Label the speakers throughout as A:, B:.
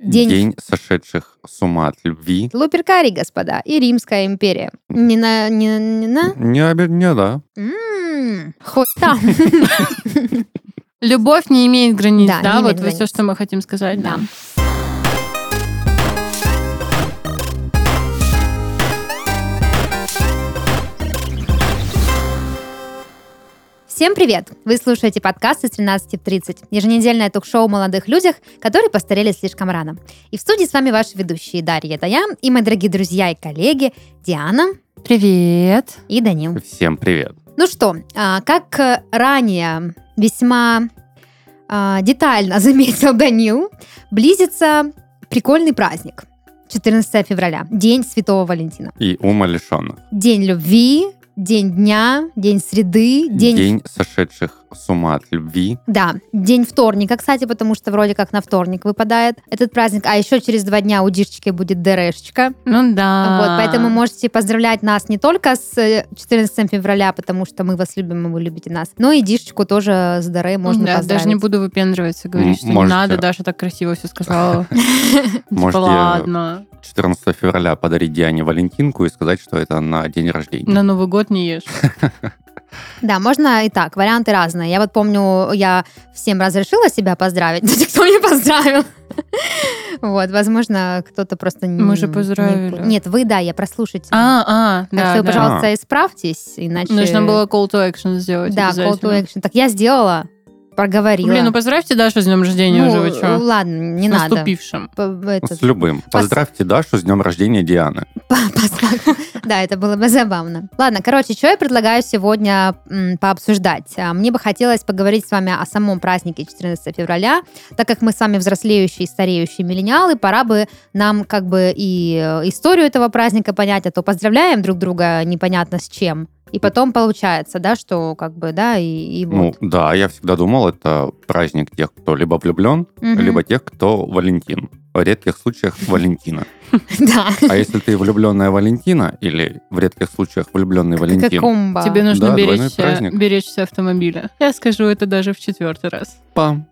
A: День,
B: День сошедших с ума от любви.
A: Луперкари, господа, и Римская империя. Не на... Не, не на...
B: Не, обе- не, да.
A: М, Хоть там.
C: Любовь не имеет границ,
A: Да,
C: да?
A: не имеет
C: вот
A: границ.
C: все, что мы хотим сказать, да.
A: Да. Всем привет! Вы слушаете подкаст из 13.30, еженедельное ток-шоу о молодых людях, которые постарели слишком рано. И в студии с вами ваши ведущие Дарья Даян и мои дорогие друзья и коллеги Диана
C: Привет.
A: и Данил.
B: Всем привет.
A: Ну что, а, как э, ранее весьма а, детально заметил Данил, близится прикольный праздник. 14 февраля, День Святого Валентина.
B: И ума лишенных.
A: День любви, день дня, день среды, день...
B: сошедших с ума от любви.
A: Да, день вторника, кстати, потому что вроде как на вторник выпадает этот праздник. А еще через два дня у Дишечки будет ДРшечка.
C: Ну да.
A: Вот, поэтому можете поздравлять нас не только с э, 14 февраля, потому что мы вас любим, и вы любите нас, но и Дишечку тоже с Даре можно
C: да,
A: поздравить.
C: даже не буду выпендриваться,
B: М,
C: говорить, что не
B: можете.
C: надо, Даша так красиво все сказала. Типа
B: Можете-
C: ладно,
B: 14 февраля подарить Диане Валентинку и сказать, что это на день рождения.
A: Ну,
C: на Новый год не ешь.
A: Да, можно и так, варианты разные. Я вот помню, я всем разрешила себя поздравить, но никто не поздравил. Вот, возможно, кто-то просто не...
C: Мы же
A: не-
C: поздравили.
A: Нет, вы, да, я прослушать.
C: А, а,
A: Так
C: да,
A: что,
C: да.
A: пожалуйста, исправьтесь, иначе...
C: Нужно было call to action сделать
A: Да, call
C: обязательно.
A: to action. Так я сделала, проговорила.
C: Блин, ну поздравьте Дашу с днем рождения
A: Ну,
C: уже, вы чё?
A: ладно, не
C: С
A: надо.
C: наступившим.
A: П- этот,
B: С любым. Поздравьте Дашу с днем рождения Дианы.
A: по- поздравь. Да, это было бы забавно. Ладно, короче, что я предлагаю сегодня м, пообсуждать? А, Мне бы хотелось поговорить с вами о самом празднике 14 февраля, так как мы с вами взрослеющие, и стареющие миллениалы, пора бы нам как бы и э, историю этого праздника понять, а то поздравляем друг друга непонятно с чем. И потом получается, да, что как бы, да, и, и вот.
B: Ну, да, я всегда думал, это праздник тех, кто либо влюблен,
A: Мгм.
B: либо тех, кто Валентин. В редких случаях Валентина.
A: Да,
B: А если ты влюбленная Валентина или в редких случаях влюбленный
A: как
B: Валентин,
A: комбо.
C: Тебе нужно
B: Да, двойной
C: беречься,
B: праздник.
C: беречься автомобиля. Я скажу это даже в четвертый раз.
B: пам.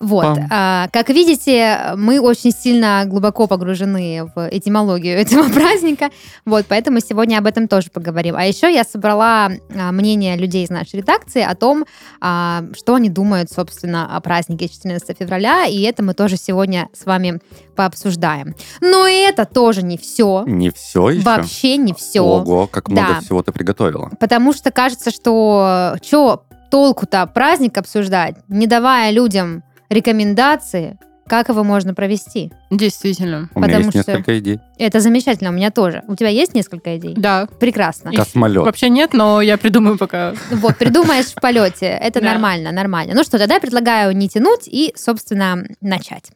A: Вот.
B: Пам.
A: а, как видите, мы очень сильно глубоко погружены в этимологию этого праздника. Вот, поэтому сегодня об этом тоже поговорим. А еще я собрала а, мнение людей из нашей редакции о том, а, что они думают, собственно, о празднике 14 февраля. И это мы тоже сегодня с вами пообсуждаем. Но и это тоже не все.
B: Не все еще?
A: Вообще не все.
B: Ого, как много
A: Да.
B: всего ты приготовила.
A: Потому что кажется, что что толку-то праздник обсуждать, не давая людям рекомендации, как его можно провести.
C: Действительно.
B: У меня
A: Потому
B: есть
A: что-
B: несколько идей.
A: Это замечательно, у меня тоже. У тебя есть несколько идей?
C: Да.
A: Прекрасно.
C: Их
B: Космолет.
C: Вообще нет, но я придумаю пока.
A: Вот, придумаешь в полете. Это
C: Да.
A: нормально, нормально. Ну что, тогда я предлагаю не тянуть и, собственно, начать.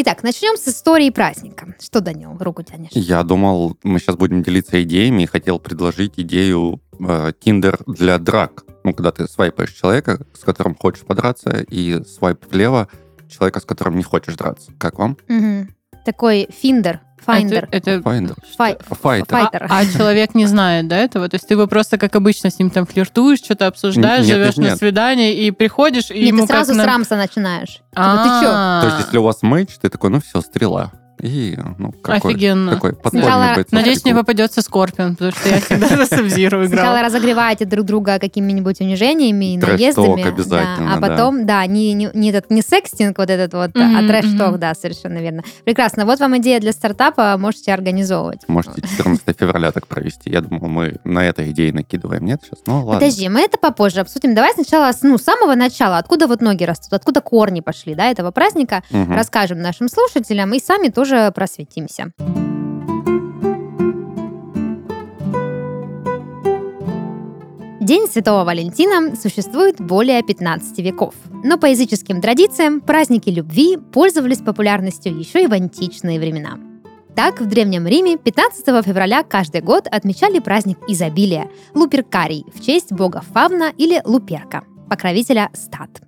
A: Итак, начнем с истории праздника. Что, Данил, руку тянешь?
B: Я думал, мы сейчас будем делиться идеями и хотел предложить идею э, Тиндер для драк. Ну, когда ты свайпаешь человека, с которым хочешь подраться, и свайп влево человека, с которым не хочешь драться. Как вам?
A: Мгм. Такой финдер, файндер,
C: А, Это, это-
B: Finder.
A: фай-
B: Файтер.
C: А,
A: файтер.
C: а человек не знает, да, этого? То есть ты его просто, как обычно, с ним там флиртуешь, что-то обсуждаешь,
B: Нет, нет,
C: зовешь на
B: нет.
C: свидание и приходишь, и
A: Нет,
C: ему
A: ты сразу
C: как на-
A: с рамса начинаешь. Типа, ты чё?
C: А.
B: То есть, если у вас матч, ты такой, ну все, стрела. И, ну, какой,
C: Офигенно.
B: какой
A: Сначала-
B: подпольный бойцовский
C: Надеюсь, мне
B: клуб.
C: попадется Скорпион, потому что я всегда за Сабзиру
A: Сначала
C: играла.
A: разогреваете друг друга какими-нибудь унижениями и
B: Трэш-ток
A: наездами.
B: обязательно,
A: да, а
B: да.
A: потом, да, не, не, не этот, не секстинг вот этот вот,
C: Мгм,
A: а трэш-ток,
C: мгм.
A: да, совершенно верно. Прекрасно. Вот вам идея для стартапа, можете организовывать.
B: Можете 14 февраля так провести. Я думал, мы на этой идее накидываем. Нет сейчас? Ну, ладно.
A: Подожди, мы это попозже обсудим. Давай сначала с ну, с самого начала, откуда вот ноги растут, откуда корни пошли, да, этого праздника,
B: Мгм.
A: расскажем нашим слушателям и сами тоже просветимся. День Святого Валентина существует более 15 веков. Но по языческим традициям праздники любви пользовались популярностью еще и в античные времена. Так, в Древнем Риме 15 февраля каждый год отмечали праздник изобилия – Луперкарий в честь бога Фавна или Луперка, покровителя стад.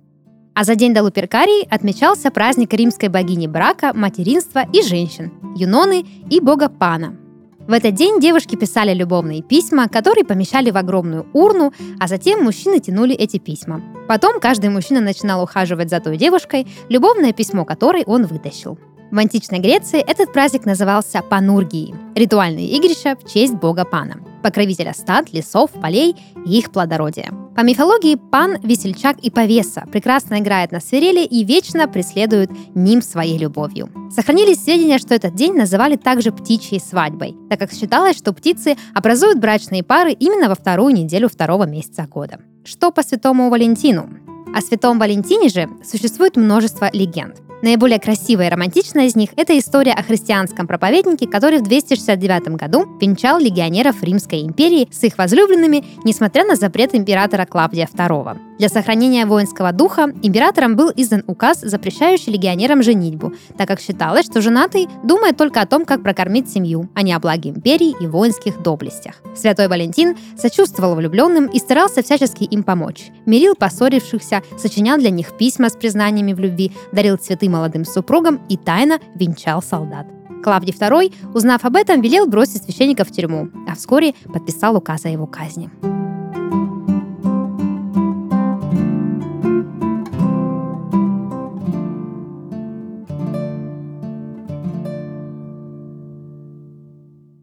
A: А за день до Луперкарии отмечался праздник римской богини брака, материнства и женщин, Юноны и бога Пана. В В этот день девушки писали любовные письма, которые помещали в огромную урну, а затем мужчины тянули эти письма. Потом каждый мужчина начинал ухаживать за той девушкой, любовное письмо которой он вытащил. В античной Греции этот праздник назывался Панургией – ритуальное игрища в честь бога Пана, покровителя стад, лесов, полей и их плодородия. По мифологии Пан – весельчак и повеса, прекрасно играет на свирели и вечно преследует ним своей любовью. Сохранились сведения, что этот день называли также птичьей свадьбой, так как считалось, что птицы образуют брачные пары именно во вторую неделю второго месяца года. Что по святому Валентину? О святом Валентине же существует множество легенд. Наиболее красивая и романтичная из них – это история о христианском проповеднике, который в 269 году венчал легионеров Римской империи с их возлюбленными, несмотря на запрет императора Клавдия II. Для сохранения воинского духа императором был издан указ, запрещающий легионерам женитьбу, так как считалось, что женатый думает только о том, как прокормить семью, а не о благе империи и воинских доблестях. Святой Валентин сочувствовал влюбленным и старался всячески им помочь. Мирил поссорившихся, сочинял для них письма с признаниями в любви, дарил цветы молодым супругам и тайно венчал солдат. Клавдий II, узнав об этом, велел бросить священника в тюрьму, а вскоре подписал указ о его казни.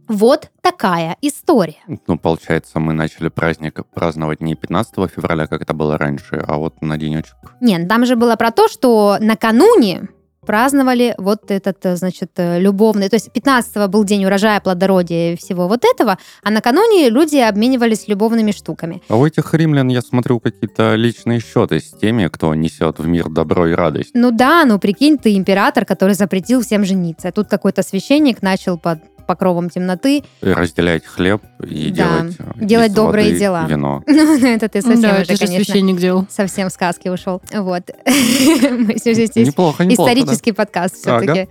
A: Вот такая история.
B: Ну, получается, мы начали праздник праздновать не 15 февраля, как это было раньше, а вот на денечек.
A: Нет, там же было про то, что накануне праздновали вот этот, э, значит, э, любовный. То есть 15 был день урожая, плодородия и всего вот этого, а накануне люди обменивались любовными штуками.
B: А у этих римлян, я смотрю, какие-то личные счеты с теми, кто несет в мир добро и радость.
A: Ну да, ну прикинь, ты император, который запретил всем жениться. А Тут какой-то священник начал под покровом темноты.
B: И разделять хлеб и
A: Да.
B: делать... э,
A: Делать
B: из
A: добрые
B: воды
A: дела.
B: Вино.
A: Ну, это ты совсем,
C: да,
A: уже,
C: это же
A: конечно,
C: священник делал.
A: совсем в сказки ушел. Вот. Мы все здесь
B: Неплохо, неплохо. да.
A: исторический подкаст все-таки.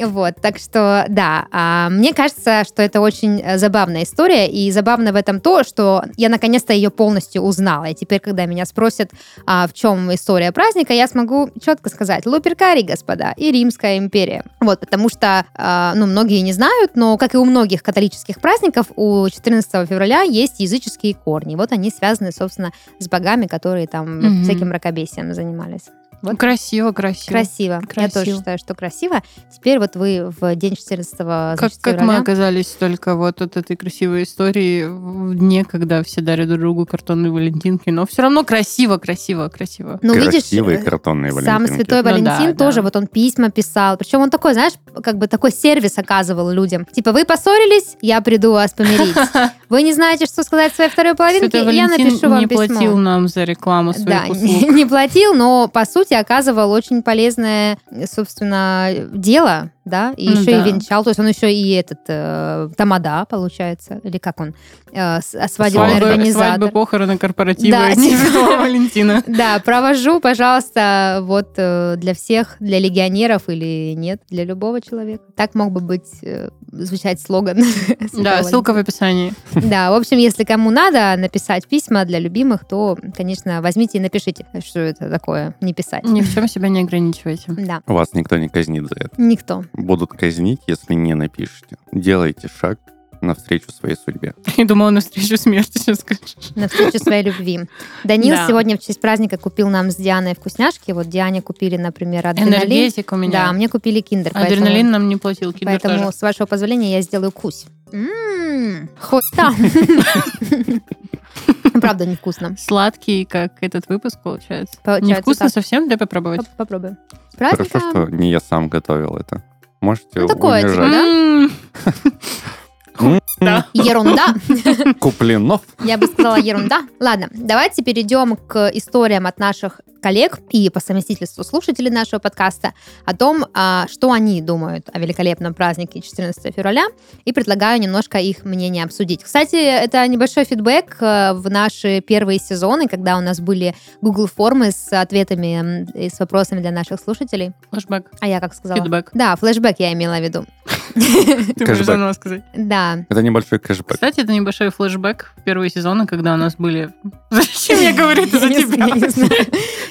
A: Вот, так что, да, а, мне кажется, что это очень э, забавная история, и забавно в этом то, что я наконец-то ее полностью узнала, и теперь, когда меня спросят, а, в чем история праздника, я смогу четко сказать, Луперкари, господа, и Римская империя. Вот, потому что, а, ну, многие не знают, но, как и у многих католических праздников, у 14 февраля есть языческие корни, вот они связаны, собственно, с богами, которые там
C: Мгм.
A: всяким мракобесием занимались. Вот.
C: Красиво, красиво.
A: Красиво. Я
C: Красиво.
A: тоже считаю, что красиво. Теперь вот вы в день 14
C: Как,
A: значит,
C: как мы
A: февраля.
C: оказались только вот от этой красивой истории в дне, когда все дарят друг другу картонные валентинки, но все равно красиво, красиво, красиво.
A: Ну, видишь,
B: Красивые
A: э,
B: картонные
A: сам
B: валентинки.
A: Святой
C: Ну да,
A: Валентин
C: да.
A: тоже, вот он письма писал. Причем он такой, знаешь, как бы такой сервис оказывал людям. Типа, вы поссорились, я приду вас помирить. Вы не знаете, что сказать своей второй половинке,
C: Святой
A: я
C: Валентин
A: напишу вам
C: не платил
A: письмо.
C: нам за рекламу своих
A: Да,
C: услуг.
A: не, платил, но по сути оказывал очень полезное, собственно, дело, да, и
C: Ну
A: еще
C: да.
A: и венчал, то есть он еще и этот э, тамада, получается, или как он, э, с- свадебный
B: Свадьбы-
C: Свадьбы,
A: организатор.
C: свадьбы, похороны, корпоративы.
A: Да,
C: Дни
A: типа.
C: Святого Валентина.
A: Да, провожу, пожалуйста, вот э, для всех, для легионеров или нет, для любого человека. Так мог бы быть э, звучать слоган.
C: Да,
A: Святого
C: ссылка в описании.
A: Валентина. Да, в общем, если кому надо написать письма для любимых, то, конечно, возьмите и напишите, что это такое, не писать.
C: Ни в чем себя не ограничивайте.
A: Да,
B: Вас никто не казнит за это.
A: никто.
B: будут казнить, если не напишете. Делайте шаг навстречу своей судьбе.
C: Я думала, на встречу смерти сейчас скажешь.
A: Навстречу своей любви. Данил
C: Да.
A: сегодня в честь праздника купил нам с Дианой вкусняшки. Вот Диане купили, например, адреналин.
C: Энергетик у меня.
A: Да, мне купили киндер. поэтому-
C: Адреналин нам не платил, киндер
A: Поэтому,
C: тоже.
A: с вашего позволения, я сделаю кусь. М-м-м. М, Хоть там. Правда, невкусно.
C: Сладкий, как этот выпуск получается.
A: Получается
C: Невкусно
A: так.
C: совсем, дай попробовать.
A: Поп- Попробуем. С праздником.
B: Хорошо, что не я сам готовил это. Можете
A: Ну, такое,
B: унижать.
A: типа,
C: М, М-м-м. да.
A: Ерунда.
B: Куплинов.
A: Я бы сказала ерунда. Ладно, давайте перейдем к историям от наших коллег и по совместительству слушателей нашего подкаста о том, а, что они думают о великолепном празднике 14 февраля, и предлагаю немножко их мнение обсудить. Кстати, это небольшой фидбэк э, в наши первые сезоны, когда у нас были Google формы с ответами м, и с вопросами для наших слушателей.
C: Флэшбэк.
A: А я как сказала?
C: Фидбэк.
A: Да, флешбэк я имела в виду.
C: Ты можешь
B: Кэшбэк.
C: заново сказать.
A: Да,
B: Это небольшой кэшбэк.
C: Кстати, это небольшой флешбэк в первые сезоны, когда у нас были... Зачем я говорю это за
A: Я не
C: тебя?
A: знаю, не знаю.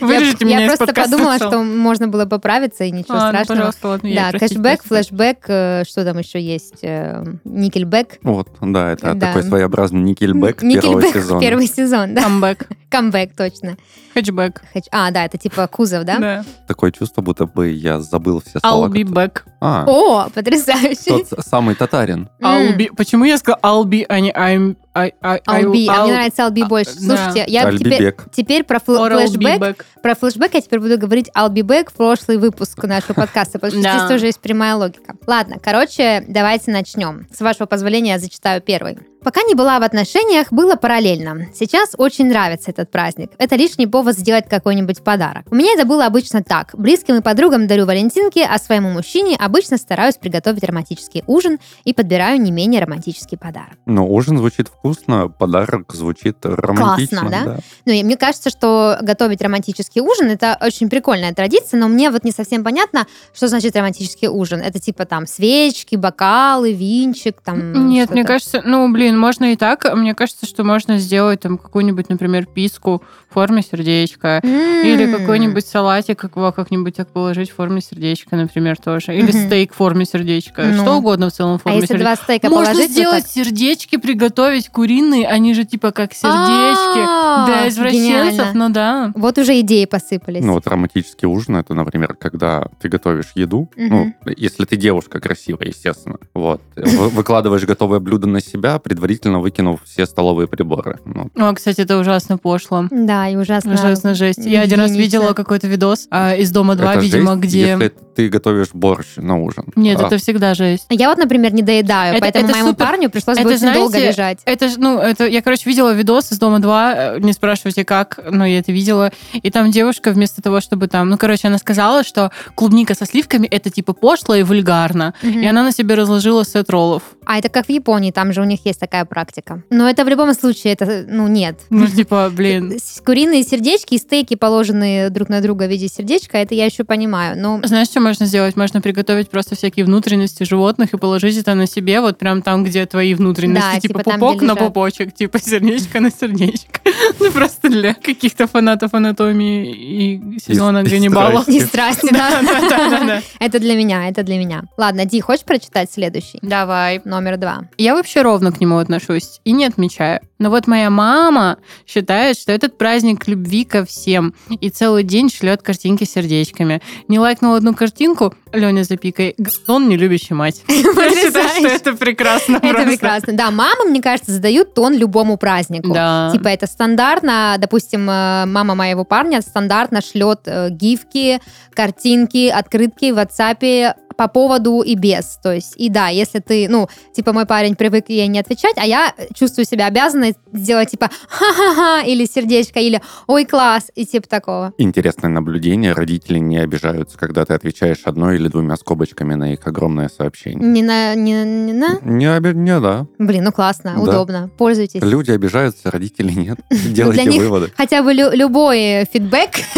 C: Вырежите
A: Я
C: меня
A: я
C: из
A: просто
C: подкаста
A: подумала,
C: сначала.
A: что можно было поправиться, и ничего
C: Ладно,
A: страшного.
C: пожалуйста, ладно, ну, я
A: Да,
C: и простите,
A: кэшбэк,
C: простите.
A: флешбэк, э, что там еще есть? Э, Никельбэк.
B: Вот, да, это
A: Да.
B: такой своеобразный никельбэк, первого
A: Никельбэк
B: сезона.
A: первый сезон, да.
C: Камбэк,
A: Камбэк, точно.
C: хэтчбэк.
A: Хэч- А, да, это типа кузов, да?
C: Да.
B: Такое чувство, будто бы я забыл все слова.
C: I'll be back.
B: которые- А,
A: О, потрясающе.
B: тот самый татарин.
C: I'll
A: М.
C: be- Почему я сказал I'll be, а не I'm... I- I- I-
A: Алби, а мне
C: I'll-
A: нравится Алби больше.
C: да.
A: Слушайте, я теперь...
B: Альбибек.
A: Теперь про фл-
C: or I'll be
A: флешбэк.
C: back.
A: Про флешбэк я теперь буду говорить I'll be back, прошлый выпуск нашего подкаста, потому что
C: Да.
A: здесь тоже есть прямая логика. Ладно, короче, давайте начнем. С вашего позволения я зачитаю первый. Пока не была в отношениях, было параллельно. Сейчас очень нравится этот праздник. Это лишний повод сделать какой-нибудь подарок. У меня это было обычно так. Близким и подругам дарю валентинки, а своему мужчине обычно стараюсь приготовить романтический ужин и подбираю не менее романтический подарок.
B: Ну, ужин звучит вкусно, подарок звучит романтично.
A: да? Ну, и мне кажется, что готовить романтический ужин это очень прикольная традиция, но мне вот не совсем понятно, что значит романтический ужин. Это типа там свечки, бокалы, винчик, там.
C: Нет,
A: что-то.
C: мне кажется, ну, блин, можно и так. Мне кажется, что можно сделать там какую-нибудь, например, писку в форме сердечка.
A: М.
C: Или какой-нибудь салатик его как-нибудь так положить в форме сердечка, например, тоже. Или
A: Мгм.
C: стейк в форме сердечка.
A: Ну.
C: Что угодно в целом в
A: А
C: форме
A: если
C: сердечка.
A: два стейка
C: Можно
A: положить, вот
C: сделать
A: так?
C: сердечки, приготовить куриные, они же типа как сердечки.
A: А,
C: Да, извращенцев,
A: гениально.
C: ну да.
A: Вот уже идеи посыпались.
B: Ну, вот романтический ужин, это, например, когда ты готовишь еду,
A: Мгм.
B: ну, если ты девушка красивая, естественно, вот, вы- выкладываешь готовое блюдо на себя, предварительно выкинув все столовые приборы. Ну,
C: О, кстати, это ужасно пошло.
A: Да, и ужасно.
C: Ужасно жесть. Я один раз
A: Единица.
C: видела какой-то видос а, из дома 2,
B: это
C: видимо,
B: жесть,
C: где.
B: если ты готовишь борщ на ужин.
C: Нет,
B: А,
C: это всегда жесть.
A: Я вот, например, не доедаю,
C: Это-
A: поэтому
C: это
A: моему
C: супер.
A: парню пришлось бы
C: Это,
A: очень долго
C: знаете,
A: лежать.
C: Это ж, ну, это, я, короче, видела видос из Дома 2, э, не спрашивайте как, но я это видела. И там девушка вместо того, чтобы там, ну, короче, она сказала, что клубника со сливками это типа пошло и вульгарно.
A: Мгм.
C: И она на себе разложила сет роллов.
A: А это как в Японии, там же у них есть такая практика. Но это в любом случае, это, ну, нет.
C: Ну, типа, блин.
A: С- Куриные сердечки и стейки, положенные друг на друга в виде сердечка, это я еще понимаю. Но
C: Знаешь, что можно сделать? Можно приготовить просто всякие внутренности животных и положить это на себе, вот прям там, где твои внутренности.
A: Да,
C: типа,
A: типа там,
C: пупок
A: где
C: на
A: лежат.
C: пупочек, типа сердечко на сердечко. Ну, просто для каких-то фанатов анатомии и сезона
B: И- и
C: Ганнибала.
B: страсти.
A: не страсти, да.
C: Да-да-да.
A: Это для меня, это для меня. Ладно, Ди, хочешь прочитать следующий?
C: Давай.
A: Номер два.
C: Я вообще ровно к нему отношусь и не отмечаю. Но вот моя мама считает, что этот праздник любви ко всем и целый день шлет картинки сердечками. Не лайкнул одну картинку, Леня запикай, он не любящий мать. Я считаю, что
A: Потрясающе.
C: это прекрасно.
A: Это
C: просто.
A: прекрасно. Да, мамы, мне кажется, задают тон любому празднику.
C: Да.
A: Типа это стандартно, допустим, э, мама моего парня стандартно шлет э, гифки, картинки, открытки в WhatsApp по поводу и без. То есть, и да, если ты, ну, типа мой парень привык ей не отвечать, а я чувствую себя обязанной сделать типа ха-ха-ха или сердечко, или ой, класс, и типа такого.
B: Интересное наблюдение. Родители не обижаются, когда ты отвечаешь одной или двумя скобочками на их огромное сообщение.
A: Не на, не, на- не на.
B: Не, обе- не, да.
A: Блин, ну классно,
B: Да.
A: удобно, пользуйтесь.
B: Люди обижаются, родители нет. Делайте
A: них-
B: выводы.
A: Хотя бы лю- любой э, фидбэк,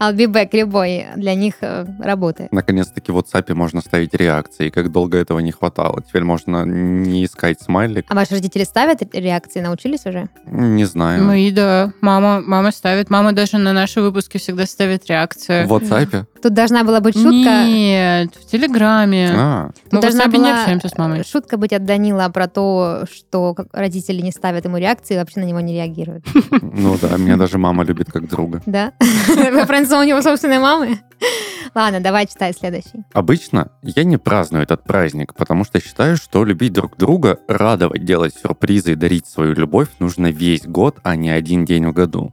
A: I'll be back, любой для них э, работает.
B: Наконец-таки в WhatsApp можно ставить реакции. Как долго этого не хватало. Теперь можно не искать смайлик.
A: А ваши родители ставят ре- реакции, научились уже?
B: Не знаю.
C: Мы, ну да. Мама, мама ставит. Мама даже на наши выпуски всегда ставит реакцию.
B: В WhatsApp?
A: Тут должна была быть шутка.
C: Нет, в Телеграме.
B: А,
C: Мы в
A: должна
C: WhatsApp не
A: была,
C: общаемся с мамой.
A: Шутка быть от Данила про то, что как родители не ставят ему реакции и вообще на него не реагируют.
B: ну да, меня даже мама любит как друга.
A: Да? Референс у него собственной мамы? Ладно, давай читай следующий.
B: Обычно я не праздную этот праздник, потому что считаю, что любить друг друга, радовать, делать сюрпризы и дарить свою любовь нужно весь год, а не один день в году.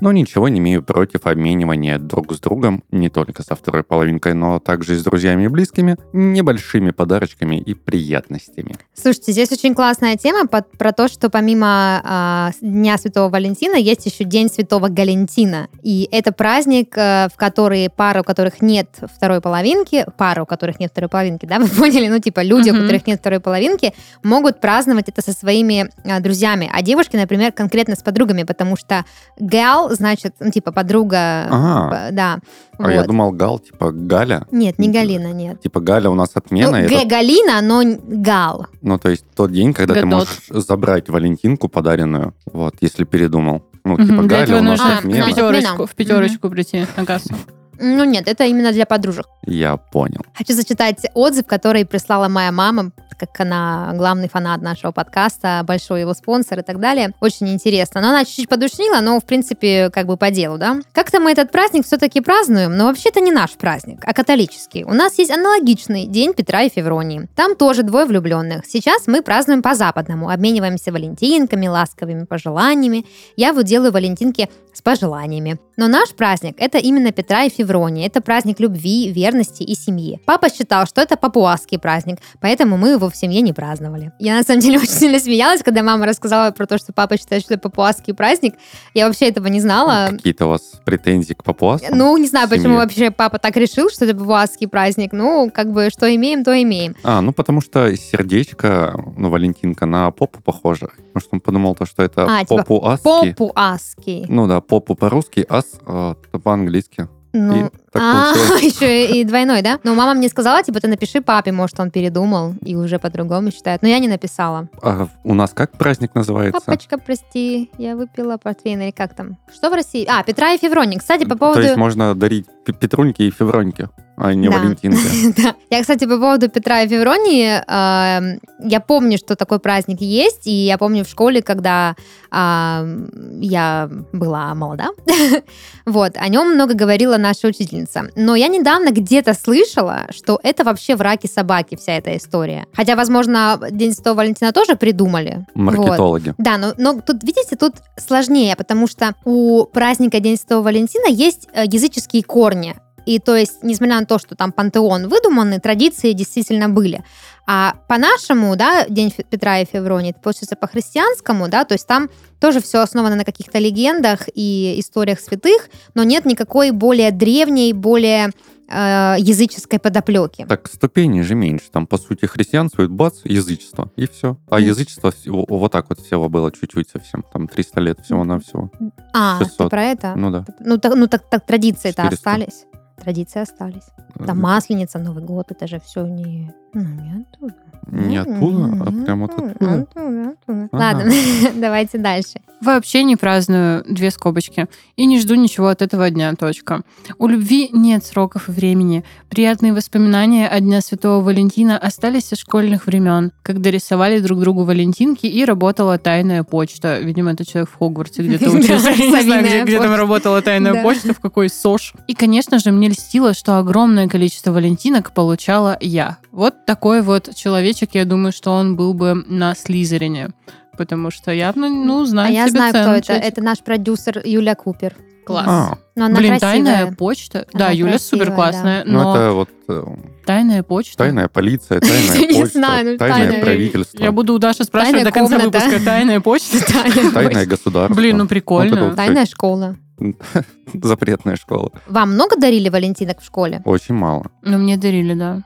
B: Но ничего не имею против обменивания друг с другом, не только со второй половинкой, но также и с друзьями и близкими, небольшими подарочками и приятностями.
A: Слушайте, здесь очень классная тема под- про то, что помимо а, с- Дня Святого Валентина есть еще День Святого Галентина. И это праздник, э, в который пары, у которых нет второй половинки, пары, у которых нет второй половинки, да, вы поняли? Ну, типа люди, у
C: Мгм.
A: которых нет второй половинки, могут праздновать это со своими а, друзьями. А девушки, например, конкретно с подругами, потому что гал значит, ну, типа подруга,
B: А,
A: п- да.
B: а я
A: вот.
B: думал Гал, типа Галя.
A: Нет, не Галина, нет.
B: Типа Галя у нас
A: Ну,
B: отмена. и
A: Г
B: это-
A: Галина, но н- Гал.
B: ну, то есть тот день, когда ты
C: Гадот.
B: можешь забрать Валентинку подаренную, вот, если передумал. Ну,
C: Мгм.
B: типа
C: Для
B: Галя
C: этого
B: у нас
C: нужно
A: А,
B: отмена.
C: в
A: значит,
C: пятерочку,
A: отмена.
C: в пятерочку прийти на кассу.
A: Ну нет, это именно для подружек.
B: Я понял.
A: Хочу зачитать отзыв, который прислала моя мама, так как она главный фанат нашего подкаста, большой его спонсор и так далее. Очень интересно. Но она чуть-чуть подушнила, но, в принципе, как бы по делу, да? Как-то мы этот праздник все-таки празднуем, но вообще-то не наш праздник, а католический. У нас есть аналогичный День Петра и Февронии. Там тоже двое влюбленных. Сейчас мы празднуем по-западному, обмениваемся валентинками, ласковыми пожеланиями. Я вот делаю валентинки с пожеланиями. Но наш праздник – это именно Петра и Феврония. Это праздник любви, верности и семьи. Папа считал, что это папуасский праздник, поэтому мы его в семье не праздновали. Я, на самом деле, очень сильно смеялась, когда мама рассказала про то, что папа считает, что это папуасский праздник. Я вообще этого не знала.
B: Какие-то у вас претензии к папуасам?
A: А, Ну, не знаю, почему
B: Семье.
A: вообще папа так решил, что это папуасский праздник. Ну, как бы, что имеем, то имеем.
B: А, ну потому что сердечко, ну, Валентинка на попу похоже. Потому что он подумал, то, что это
A: А, типа
B: попу аски.
A: Попуаский.
B: Ну да, попу по-русски, ас э, по-английски.
A: Ну,
B: И так
A: а,
B: получилось.
A: еще и двойной, да? Но мама мне сказала, типа, ты напиши папе, может, он передумал и уже по-другому считает. Но я не написала.
B: А у нас как
A: А
B: праздник называется?
A: Папочка, прости, я выпила портвейн или как там? Что в России? А, Петра и Февроник. Кстати, по поводу...
B: То есть можно дарить пе- петруньки и февроньки, а не
A: Да.
B: валентинки.
A: Да. Я, кстати, по поводу Петра и Февронии, эм, я помню, что такой праздник есть, и я помню в школе, когда эм, я была молода, вот, о нем много говорила наша учительница. Но я недавно где-то слышала, что это вообще враки собаки, вся эта история. Хотя, возможно, День Святого Валентина тоже придумали. Вот.
B: Маркетологи.
A: Да, но, но тут, видите, тут сложнее, потому что у праздника День Святого Валентина есть э, языческие корни. И то есть, несмотря на то, что там пантеон выдуманный, традиции действительно были. А по-нашему, да, День Фе- Петра и Февронии, это получается по-христианскому, да, то есть там тоже все основано на каких-то легендах и историях святых, но нет никакой более древней, более э, языческой подоплеки.
B: Так ступеней же меньше. Там, по сути, христианство, и бац, язычество, и все. А
A: Мгм.
B: язычество всего- вот так вот всего было чуть-чуть совсем. Там 300 лет всего-навсего.
A: А, ты
B: 600.
A: про это?
B: Ну да.
A: Ну так, ну, так, так традиции-то
B: 400.
A: остались. Традиции остались. Там масленица, Новый год, это же все не... Ну, не оттуда. М-м,
B: Не оттуда, а прям вот оттуда.
A: Ладно, давайте дальше.
C: Вообще не праздную две скобочки и не жду ничего от этого дня, точка. У любви нет сроков и времени. Приятные воспоминания о Дня Святого Валентина остались со школьных времен, когда рисовали друг другу валентинки и работала тайная почта. Видимо, это человек в Хогвартсе где-то
A: Да,
C: учился. Я не знаю, где-
A: совиная
C: где там
A: почта.
C: работала тайная
A: Да.
C: почта, в какой СОЖ. И, конечно же, мне льстило, что огромное количество валентинок получала я. Вот такой вот человечек, я думаю, что он был бы на Слизерине. Потому что явно, ну,
A: А
C: знаю
A: я
C: себе
A: знаю,
C: цену,
A: кто это.
C: человечек.
A: Это наш продюсер Юля Купер.
C: Класс.
B: А,
A: Но она
C: Блин, тайная
A: красивая.
C: почта.
A: Она
C: да, Юля
A: красивая,
C: супер классная,
B: ну
C: но
B: это вот э,
C: тайная почта.
B: тайная полиция, тайная
A: Не
B: почта,
A: знаю, ну,
B: тайное
A: тайная-
B: правительство,
C: Я буду у Даши спрашивать
A: Тайная
C: до конца
A: комната.
C: выпуска. Тайная почта.
B: тайное
A: Тайная
B: государство.
C: Блин, ну прикольно.
B: вот.
A: Тайная школа.
B: Запретная школа.
A: Вам много дарили валентинок в школе?
B: Очень мало.
C: Ну, мне дарили, да.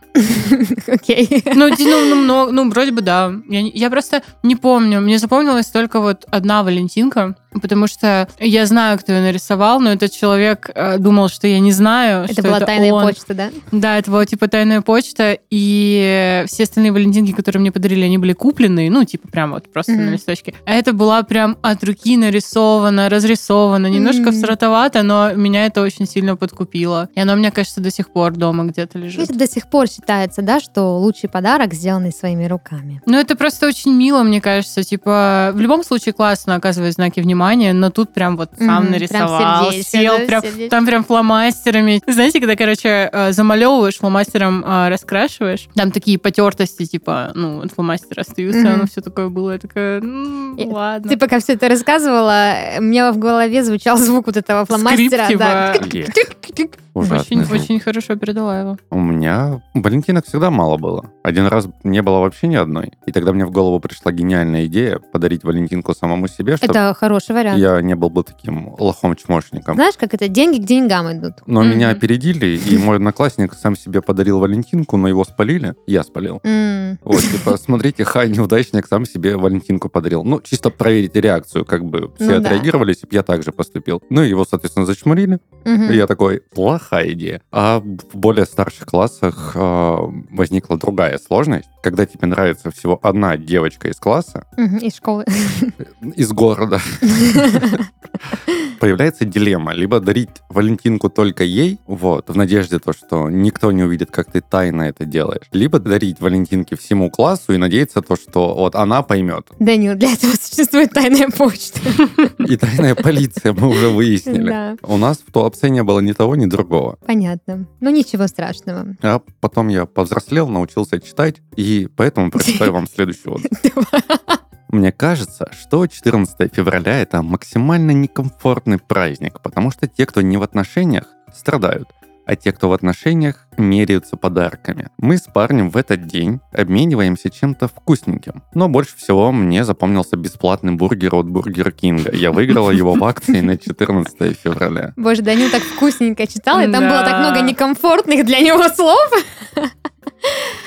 A: Окей.
C: Ну, ди- ну, ну, много- ну, вроде бы, да. Я, не- я просто не помню. Мне запомнилась только вот одна Валентинка, потому что я знаю, кто ее нарисовал, но этот человек э, думал, что я не знаю,
A: Это
C: что
A: была
C: это
A: тайная
C: он.
A: почта, да?
C: Да, это была типа тайная почта, и все остальные валентинки, которые мне подарили, они были куплены, ну, типа прям вот просто на
A: Мгм.
C: листочке. А это была прям от руки нарисована, разрисована, немножко
A: М.
C: всратовато, но меня это очень сильно подкупило. И она у меня, кажется, до сих пор дома где-то лежит.
A: Это до сих пор считается, да, что лучший подарок, сделанный своими руками.
C: Ну, это просто очень мило, мне кажется. Типа, в любом случае классно оказывать знаки внимания, но тут прям вот сам
A: Мгм, прям
C: нарисовал,
A: сердечко,
C: сел,
A: да,
C: прям,
A: сердечко.
C: там прям фломастерами. Знаете, когда, короче, э, замалевываешь, фломастером э, раскрашиваешь, там такие потертости, типа, ну, от фломастера остаются,
A: Мгм.
C: оно все такое было, я такая, ну,
A: И- типа
C: ладно.
A: Ты пока все это рассказывала, э, у меня в голове звучал звук вот этого фломастера.
C: Скрип,
A: да.
C: типа.
B: Е,
A: Тик-тик.
B: Ужасный
C: Очень,
B: звук.
C: очень хорошо передала его.
B: У меня валентинок всегда мало было. Один раз не было вообще ни одной. И тогда мне в голову пришла гениальная идея подарить валентинку самому себе, чтобы
A: Это хороший вариант.
B: я не был бы таким лохом-чмошником.
A: Знаешь, как это деньги к деньгам идут.
B: Но
C: Мгм.
B: меня опередили, и мой одноклассник сам себе подарил Валентинку, но его спалили. Я спалил.
A: М,
B: Вот, типа, смотрите, Хай неудачник сам себе Валентинку подарил. Ну, чисто проверить реакцию, как бы все
A: Ну да.
B: отреагировались, и я также поступил. Ну, и его, соответственно, зачмурили.
A: мгм.
B: И я такой, плохая идея. А в более старших классах э, возникла другая сложность. Когда тебе нравится всего одна девочка из класса,
A: Мгм, Из школы.
B: из города, появляется дилемма. Либо дарить Валентинку только ей, вот, в надежде то, что никто не увидит, как ты тайно это делаешь. Либо дарить Валентинке всему классу и надеяться то, что вот она поймет.
A: Данил, для этого существует тайная почта.
B: И тайная полиция, мы уже выяснили.
A: Да,
B: У нас в Туапсе не было ни того, ни другого.
A: понятно. Ну, ничего страшного.
B: А потом я повзрослел, научился читать, и поэтому прочитаю вам следующий отзыв. Мне кажется, что 14 февраля — это максимально некомфортный праздник, потому что те, кто не в отношениях, страдают, а те, кто в отношениях, меряются подарками. Мы с парнем в этот день обмениваемся чем-то вкусненьким. Но больше всего мне запомнился бесплатный бургер от Бургер Кинга. Я выиграла его в акции на 14 февраля.
A: Боже, Данил так вкусненько читал, и там
C: Да.
A: было так много некомфортных для него слов.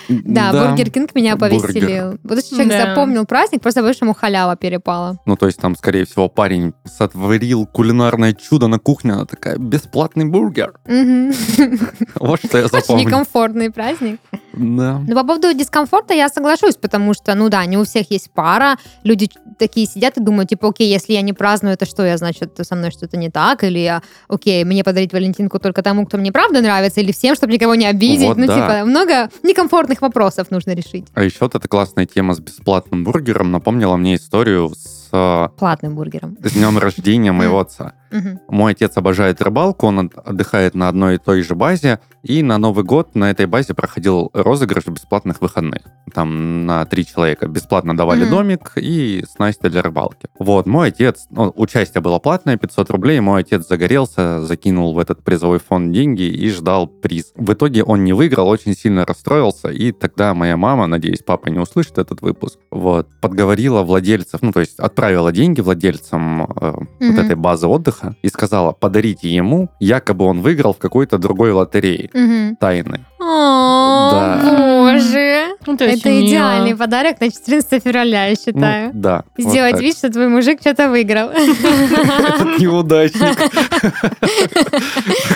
A: Да, Бургер Кинг меня
B: бургер.
A: повеселил. Вот если человек
C: Да.
A: запомнил праздник, просто больше ему халява перепала.
B: Ну, то есть там, скорее всего, парень сотворил кулинарное чудо на кухне. Она такая, бесплатный бургер.
A: Мгм.
B: Вот что я
A: Очень
B: запомнил.
A: некомфортный праздник.
B: Да.
A: Но Ну, по поводу дискомфорта я соглашусь, потому что, ну да, не у всех есть пара, люди ч- такие сидят и думают, типа, окей, если я не праздную, это что, я, значит, со мной что-то не так, или, а, окей, мне подарить Валентинку только тому, кто мне правда нравится, или всем, чтобы никого не обидеть.
B: Вот
A: ну,
B: да.
A: типа, много некомфортных вопросов нужно решить.
B: А еще вот эта классная тема с бесплатным бургером напомнила мне историю с, э,
A: Платным бургером.
B: с днем рождения моего отца.
A: Мгм.
B: Мой отец обожает рыбалку, он от- отдыхает на одной и той же базе, и на Новый год на этой базе проходил розыгрыш бесплатных выходных. Там на три человека бесплатно давали
A: Мгм.
B: домик и снасти для рыбалки. Вот, мой отец, ну, участие было платное, 500 рублей, мой отец загорелся, закинул в этот призовой фонд деньги и ждал приз. В итоге он не выиграл, очень сильно расстроился, и тогда моя мама, надеюсь, папа не услышит этот выпуск, вот, подговорила владельцев, ну, то есть отправила деньги владельцам э, вот
A: Мгм.
B: этой базы отдыха и сказала, подарите ему, якобы он выиграл в какой-то другой лотерее
A: Мгм.
B: тайны.
A: О,
B: Да.
A: боже.
C: Это,
A: Это идеальный подарок на 14 февраля, я
B: Ну,
A: считаю.
B: да. вот
A: Сделать
B: так.
A: вид, что твой мужик что-то выиграл.
B: Этот неудачник.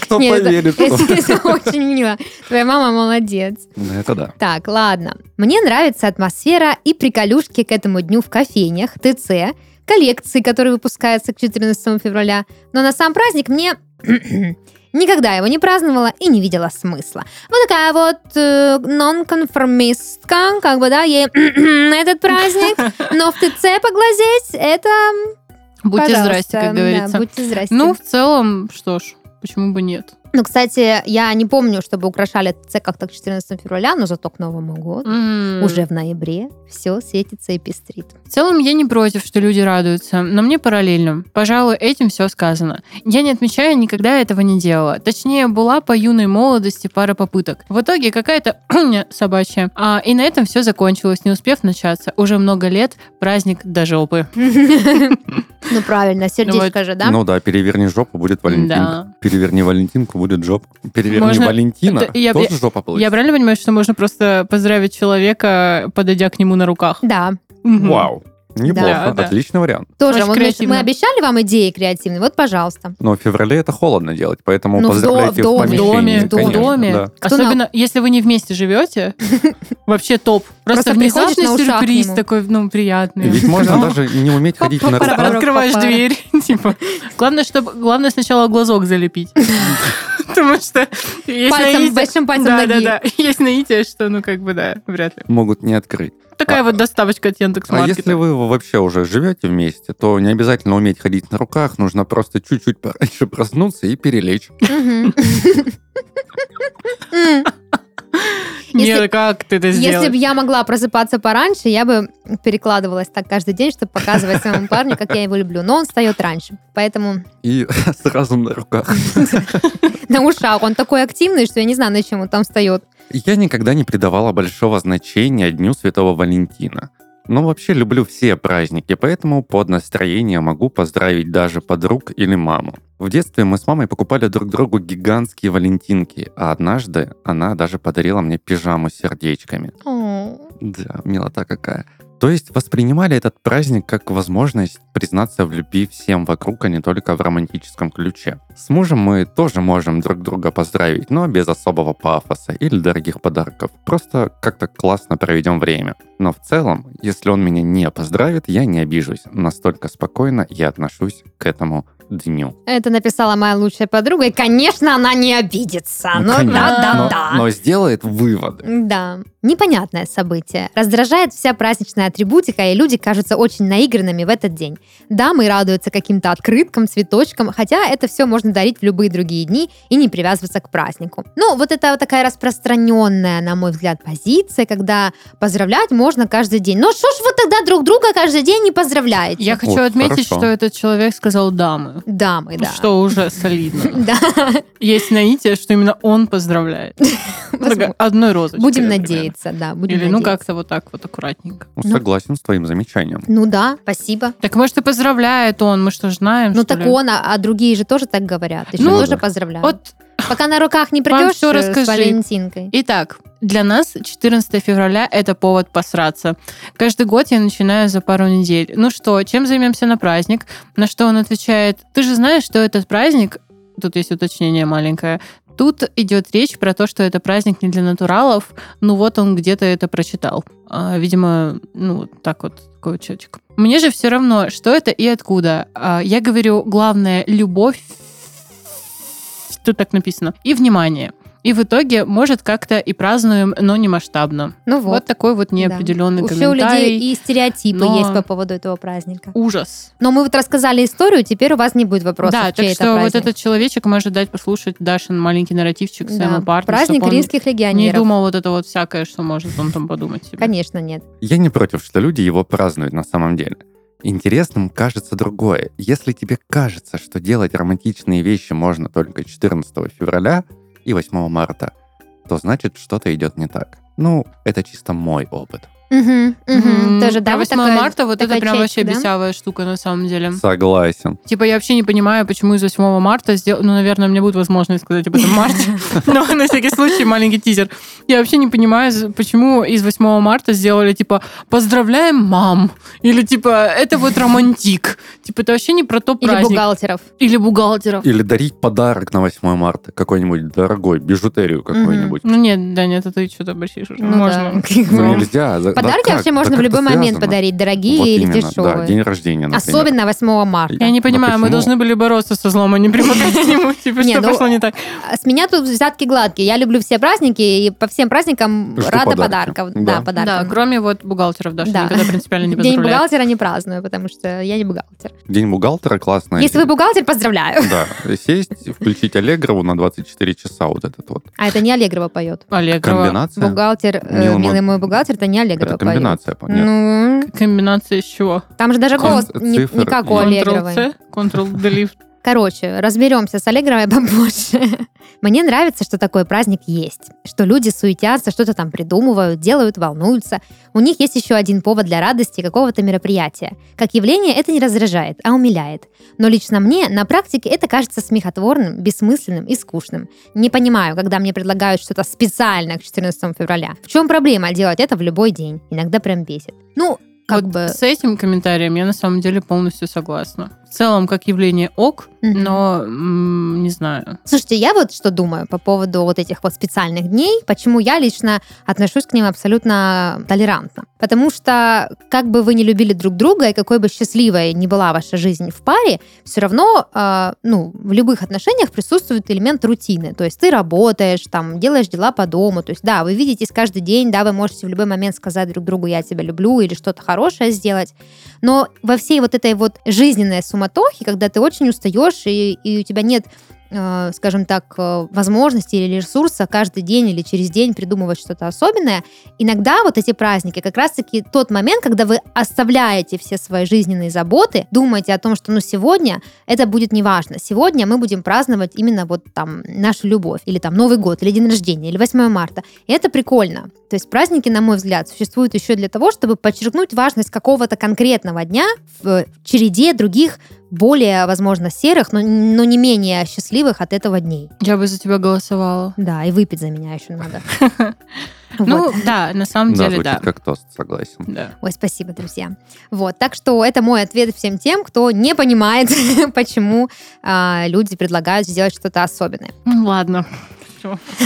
B: Кто
A: Нет, это-
B: поверит?
A: Это это очень мило. Твоя мама молодец.
B: Ну, Это да.
A: Так, ладно. Мне нравится атмосфера и приколюшки к этому дню в кофейнях, ТЦ, коллекции, которые выпускаются к 14 февраля. Но на сам праздник мне... Никогда его не праздновала и не видела смысла. Вот такая вот э, нонконформистка, как бы, да, ей на этот праздник. Но в ТЦ поглазеть, это,
C: Будьте
A: пожалуйста,
C: здрасте, как
A: да,
C: говорится.
A: будьте здрасте.
C: Ну, в целом, что ж, почему бы нет?
A: Ну, кстати, я не помню, чтобы украшали ТЦ как-то к 14 февраля, но зато к Новому году. Уже
C: Уже.
A: в ноябре все светится и пестрит.
C: В целом, я не против, что люди радуются, но мне параллельно. Пожалуй, этим все сказано. Я не отмечаю, никогда этого не делала. Точнее, была по юной молодости пара попыток. В итоге какая-то собачья. А, и на этом все закончилось, не успев начаться. Уже много лет праздник до жопы.
A: Ну, правильно, сердечко же, да?
B: Ну да, переверни жопу, будет Валентинка.
C: Да.
B: Переверни Валентинку, будет жопа. Переверни
C: Можно-
B: Валентина,
C: Это- я-
B: тоже жопа
C: Я
B: получится.
C: правильно понимаю, что можно просто поздравить человека, подойдя к нему на руках?
A: Да,
C: Мгм.
B: Вау. Неплохо,
C: Да.
B: отличный вариант.
A: тоже.
C: Очень
A: Вот мы-
C: креативно.
A: мы обещали вам идеи креативные, вот, пожалуйста.
B: Но в феврале это холодно делать, поэтому
A: Ну, в до-
B: поздравляйте
A: в
B: в
A: доме.
C: В
B: помещении.
C: доме, в
A: конечно,
C: доме.
B: да.
A: Кто
C: Особенно, если вы не вместе живете, вообще топ. Просто,
A: Просто приходишь
C: внезапный
A: на ушах
C: сюрприз
A: ему.
C: такой, ну, приятный.
B: Ведь можно даже не уметь ходить на
A: Папа-папа.
B: руках.
C: Открываешь
A: Папа.
C: дверь, типа. Главное, чтобы главное сначала глазок залепить. Потому что есть
A: Пальцем,
C: наитие-
A: большим пальцем
C: да, да,
A: ноги.
C: да. Есть наитие, что, ну, как бы, да, вряд ли.
B: Могут не открыть.
C: Такая
B: А-
C: вот доставочка от Яндекс
B: А если вы вообще уже живете вместе, то не обязательно уметь ходить на руках, нужно просто чуть-чуть пораньше проснуться и перелечь.
A: Мгм. М, если-
C: Нет, как ты это
A: Если бы
C: сделал?
A: я могла просыпаться пораньше, я бы перекладывалась так каждый день, чтобы показывать своему парню, как я его люблю. Но он встает раньше. Поэтому
B: И сразу на руках.
A: на ушах он такой активный, что я не знаю, на чем он там встает.
B: Я никогда не придавала большого значения Дню Святого Валентина. Ну, вообще люблю все праздники, поэтому под настроение могу поздравить даже подруг или маму. В детстве мы с мамой покупали друг другу гигантские валентинки, а однажды она даже подарила мне пижаму с сердечками. Да, милота какая. То есть воспринимали этот праздник как возможность признаться в любви всем вокруг, а не только в романтическом ключе. С мужем мы тоже можем друг друга поздравить, но без особого пафоса или дорогих подарков. Просто как-то классно проведем время. Но в целом, если он меня не поздравит, я не обижусь. Настолько спокойно я отношусь к этому дню.
A: Это написала моя лучшая подруга, и, конечно, она не обидится.
B: Ну,
A: Ну,
B: конечно,
A: да, да,
B: но-
A: да.
B: но сделает выводы.
A: Да. Непонятное событие. Раздражает вся праздничная атрибутика, и люди кажутся очень наигранными в этот день. Дамы радуются каким-то открыткам, цветочкам, хотя это все можно дарить в любые другие дни и не привязываться к празднику. Ну, вот это вот такая распространенная, на мой взгляд, позиция, когда поздравлять можно каждый день. Ну, что ж вы тогда друг друга каждый день не поздравляете?
C: Я хочу
B: Вот,
C: отметить,
B: хорошо.
C: что этот человек сказал дамы.
A: Дамы, да.
C: Ну Что уже солидно.
A: Да.
C: Есть наитие, что именно он поздравляет.
A: Возможно.
C: Одной розочкой.
A: Будем
C: например.
A: надеяться, да. Будем
C: Или ну
A: надеяться.
C: как-то вот так вот аккуратненько.
B: Ну,
A: Ну.
B: Согласен с твоим замечанием.
A: Ну да, спасибо.
C: Так может и поздравляет он, мы что ж знаем,
A: Ну
C: что
A: так
C: ли?
A: он, а, а другие же тоже так говорят. Еще
B: Ну,
A: тоже
B: да.
A: поздравляют.
C: Вот.
A: Пока на руках не
C: Вам
A: придешь
C: всё
A: э,
C: расскажи.
A: с Валентинкой.
C: Итак, для нас 14 февраля – это повод посраться. Каждый год я начинаю за пару недель. Ну что, чем займемся на праздник? На что он отвечает, ты же знаешь, что этот праздник, тут есть уточнение маленькое, Тут идет речь про то, что это праздник не для натуралов, ну вот он где-то это прочитал. А, видимо, ну вот так вот такой вот человечек. Мне же все равно, что это и откуда. А, я говорю, главное, любовь, тут так написано, и внимание. И в итоге, может, как-то и празднуем, но не масштабно.
A: Ну
C: Вот,
A: вот.
C: такой вот неопределенный
A: Еще у
C: комментарий.
A: людей и стереотипы
C: но-
A: есть по поводу этого праздника.
C: Ужас.
A: Но мы вот рассказали историю, теперь у вас не будет вопросов,
C: да,
A: чей
C: так что
A: это
C: вот
A: праздник.
C: этот человечек может дать послушать Дашин маленький нарративчик
A: Да,
C: Сэма Барта,
A: праздник
C: чтоб он
A: римских
C: Не
A: легионеров.
C: думал вот это вот всякое, что может он там подумать себе.
A: Конечно, нет.
B: Я не против, что люди его празднуют на самом деле. Интересным кажется другое. Если тебе кажется, что делать романтичные вещи можно только 14 февраля и 8 марта, то значит что-то идет не так. Ну, это чисто мой опыт.
A: Мгм, мгм.
C: Мгм.
A: Тоже, да,
C: Про
A: вот
C: 8
A: такая-
C: марта вот это
A: такая
C: прям
A: часть,
C: вообще
A: да?
C: бесявая штука на самом деле.
B: Согласен.
C: Типа я вообще не понимаю, почему из 8 марта сделал... Ну, наверное, мне будет возможность сказать об этом в марте. Но на всякий случай маленький тизер. Я вообще не понимаю, з- почему из 8 марта сделали типа «Поздравляем мам!» Или типа «Это вот романтик!» Типа это вообще не про то
A: Или
C: праздник.
A: бухгалтеров.
C: Или бухгалтеров.
B: Или дарить подарок на 8 марта какой-нибудь дорогой, бижутерию какую-нибудь.
C: Ну нет, да нет, а ты что-то обращаешь уже.
A: Ну
C: Можно.
B: Ну,
A: да.
B: нельзя. За- да
A: Подарки
B: как?
A: вообще
B: Да
A: можно в
B: как
A: любой
B: это
A: момент
B: связано?
A: подарить, дорогие
B: Вот
A: или
B: именно, да,
A: дешевые.
B: день рождения, например.
A: Особенно 8 марта.
C: Я не
B: Да
C: понимаю, мы
B: почему?
C: должны были бороться со злом, а не припадать к нему. Типа,
A: Не,
C: что
A: ну,
C: пошло не так?
A: А С меня тут взятки гладкие. Я люблю все праздники, и по всем праздникам
B: Жду
A: рада
B: подарки.
A: подарков. Да,
B: Да.
C: Да,
A: подарков.
C: кроме вот бухгалтеров, даже
A: Да.
C: никогда принципиально не
A: День
C: поздравляют.
A: бухгалтера не праздную, потому что я не бухгалтер.
B: День бухгалтера классная
A: Если вы
B: идея.
A: бухгалтер, поздравляю.
B: Да, сесть, включить Аллегрову на 24 часа вот этот вот.
A: А это не Аллегрова поет.
C: Аллегрова.
B: Комбинация?
A: Бухгалтер, э,
B: Милый мой-
A: милый мой бухгалтер, это не Аллегрова
B: Это
A: поет.
B: комбинация, понятно.
A: Ну,
C: Комбинация из чего?
A: там же даже
B: Кон-
A: голос не,
B: цифр
A: не как
B: и-
A: у Аллегровой.
C: Ctrl-C, Ctrl-Delete.
A: Короче, разберемся с Аллегровой побольше. Мне нравится, что такой праздник есть. Что люди суетятся, что-то там придумывают, делают, волнуются. У них есть еще один повод для радости какого-то мероприятия. Как явление это не раздражает, а умиляет. Но лично мне на практике это кажется смехотворным, бессмысленным и скучным. Не понимаю, когда мне предлагают что-то специально к 14 февраля. В чем проблема делать это в любой день? Иногда прям бесит. Ну, как
C: Вот
A: бы...
C: С этим комментарием я на самом деле полностью согласна. В целом, как явление ок,
A: мгм.
C: но м, не знаю.
A: Слушайте, я вот что думаю по поводу вот этих вот специальных дней, почему я лично отношусь к ним абсолютно толерантно. Потому что как бы вы не любили друг друга, и какой бы счастливой ни была ваша жизнь в паре, все равно э, ну, в любых отношениях присутствует элемент рутины. То есть ты работаешь, там, делаешь дела по дому. То есть да, вы видитесь каждый день, да, вы можете в любой момент сказать друг другу «я тебя люблю» или что-то хорошее сделать. Но во всей вот этой вот жизненной суматохе, когда ты очень устаешь и, и у тебя нет э, скажем так, э, возможности или ресурса каждый день или через день придумывать что-то особенное, иногда вот эти праздники как раз-таки тот момент, когда вы оставляете все свои жизненные заботы, думаете о том, что ну сегодня это будет неважно. Сегодня мы будем праздновать именно вот там нашу любовь, или там Новый год, или день рождения, или 8 марта. И это прикольно. То есть праздники, на мой взгляд, существуют еще для того, чтобы подчеркнуть важность какого-то конкретного дня в череде других более, возможно, серых, но, но не менее счастливых от этого дней.
C: Я бы за тебя голосовала.
A: Да, и выпить за меня еще надо.
C: Ну,
A: Вот.
C: да, на самом
B: Да,
C: деле,
B: звучит
C: да.
B: как тост, согласен.
C: Да.
A: Ой, спасибо, друзья. Вот, так что это мой ответ всем тем, кто не понимает, почему а, люди предлагают сделать что-то особенное.
C: Ну, Ладно.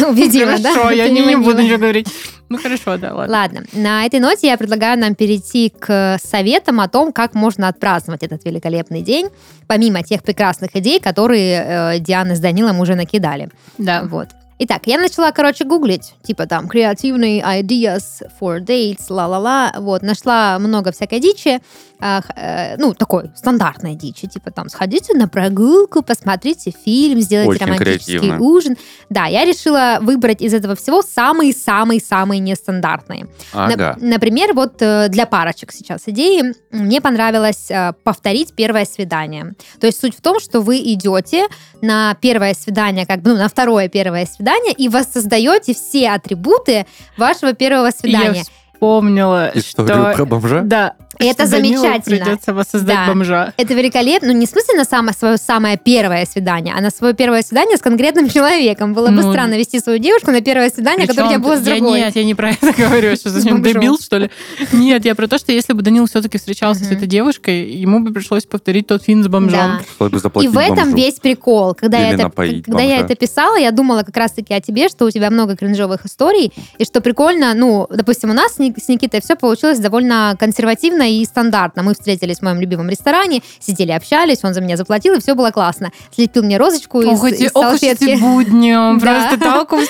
A: Убедила, да?
C: Хорошо, я
A: Ты
C: не, не буду
A: манила.
C: ничего говорить. Ну хорошо, да, ладно.
A: Ладно, на этой ноте я предлагаю нам перейти к советам о том, как можно отпраздновать этот великолепный день, помимо тех прекрасных идей, которые э, Диана с Данилом уже накидали.
C: Да.
A: Вот. Итак, я начала, короче, гуглить, типа там креативные ideas for dates, ла-ла-ла, вот, нашла много всякой дичи, а, х- э, ну, такой стандартной дичи, типа там, сходите на прогулку, посмотрите фильм, сделайте
B: Очень
A: романтический
B: креативно.
A: ужин. Да, я решила выбрать из этого всего самые-самые-самые нестандартные. Нап-
B: Ага.
A: Например, вот э, для парочек сейчас идеи. Мне понравилось э, повторить первое свидание. То есть суть в том, что вы идете на первое свидание, как бы ну, на второе первое свидание, и воссоздаете все атрибуты вашего первого
C: Я
A: свидания.
C: вспомнила,
B: Историю про
C: что...
B: бомжа?
C: Да.
A: Это
C: что Данилу
A: замечательно.
C: Придется воссоздать
A: Да.
C: бомжа.
A: Это великолепно, ну не в смысле на самое, свое самое первое свидание, а на свое первое свидание с конкретным человеком. Было бы
C: Ну,
A: странно вести свою девушку на первое свидание, которое у тебя
C: Причем
A: было с
C: ты- я-
A: другой.
C: Нет, я не про это говорю, что
A: С
C: зачем
A: бомжом.
C: дебил, что ли? Нет, я про то, что если бы Данил все-таки встречался с
A: Мгм.
C: этой девушкой, ему бы пришлось повторить тот фильм с бомжом.
A: Да.
B: Пришлось бы
A: И
B: заплатить
A: в этом
B: бомжу.
A: весь прикол. Когда, я
B: Или
A: это,
B: напоить
A: когда я
B: бомжа.
A: это писала, я думала как раз-таки о тебе, что у тебя много кринжовых историй, и что прикольно, ну, допустим, у нас с Ник- с Никитой все получилось довольно консервативно и стандартно. Мы встретились в моем любимом ресторане, сидели, общались, он за меня заплатил, и все было классно. Слепил мне розочку из,
C: Ох, эти
A: из
C: ох уж эти
A: салфетки.
C: будни,
A: Да.
C: просто так
A: Не, ну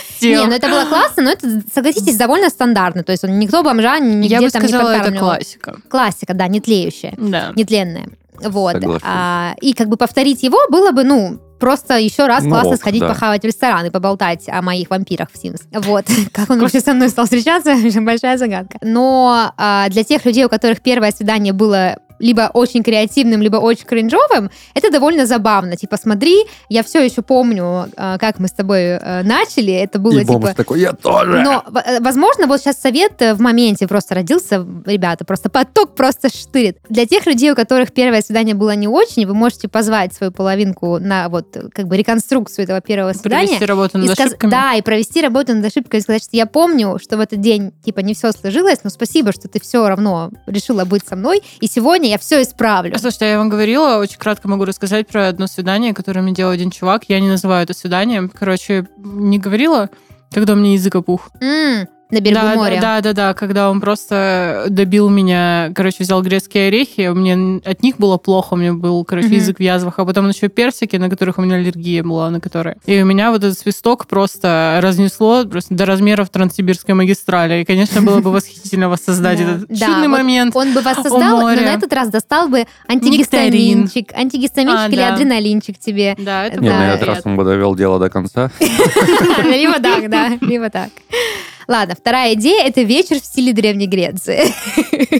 C: устел.
A: это было классно, но это, согласитесь, довольно стандартно. То есть он никто бомжа нигде
C: Я бы
A: там не
C: сказала, это
A: подкармливал.
C: классика.
A: Классика, да, не тлеющая
C: Да.
A: нетленное. Вот.
B: Соглашусь.
A: А, и как бы повторить его было бы, ну, просто еще раз
B: Ну
A: классно
B: ок,
A: сходить
B: да.
A: похавать в ресторан и поболтать о моих вампирах в Sims. Вот. Как он вообще со мной стал встречаться, большая загадка. Но а, для тех людей, у которых первое свидание было либо очень креативным, либо очень кринжовым, это довольно забавно. Типа, смотри, я все еще помню, а, как мы с тобой э, начали. Это было
B: И
A: типа...
B: бомж такой, я тоже!
A: Но, в- э, возможно, вот сейчас совет э, в моменте просто родился, ребята, просто поток просто штырит. Для тех людей, у которых первое свидание было не очень, вы можете позвать свою половинку на вот э, как бы реконструкцию этого первого свидания.
C: Провести работу
A: И
C: над
A: сказ-
C: ошибками.
A: Да, и провести работу над ошибкой и сказать, что я помню, что в этот день, типа, не все сложилось, но спасибо, что ты все равно решила быть со мной, и сегодня я все исправлю.
C: Слушайте, я вам говорила, очень кратко могу рассказать про одно свидание, которое мне делал один чувак. Я не называю это свиданием. Короче, не говорила, когда у меня язык опух.
A: М, на берегу
C: да,
A: моря.
C: Да, да, да, когда он просто добил меня, короче, взял грецкие орехи, мне от них было плохо, у меня был, короче,
A: Мгм.
C: язык в язвах, а потом он еще персики, на которых у меня аллергия была, на которые. И у меня вот этот свисток просто разнесло просто до размеров Транссибирской магистрали. И, конечно, было бы восхитительно воссоздать
A: Да.
C: этот
A: Да,
C: чудный
A: вот
C: момент.
A: Он бы вас создал, но
C: море.
A: на этот раз достал бы антигистаминчик. Антигистаминчик
C: А,
A: или
C: да.
A: адреналинчик тебе.
C: Да, это
A: Не,
B: Не,
C: было
B: на
A: Да,
B: этот раз
C: приятно.
B: он бы довел дело до конца.
A: Либо так, да, либо так. Ладно, вторая идея – это вечер в стиле Древней Греции.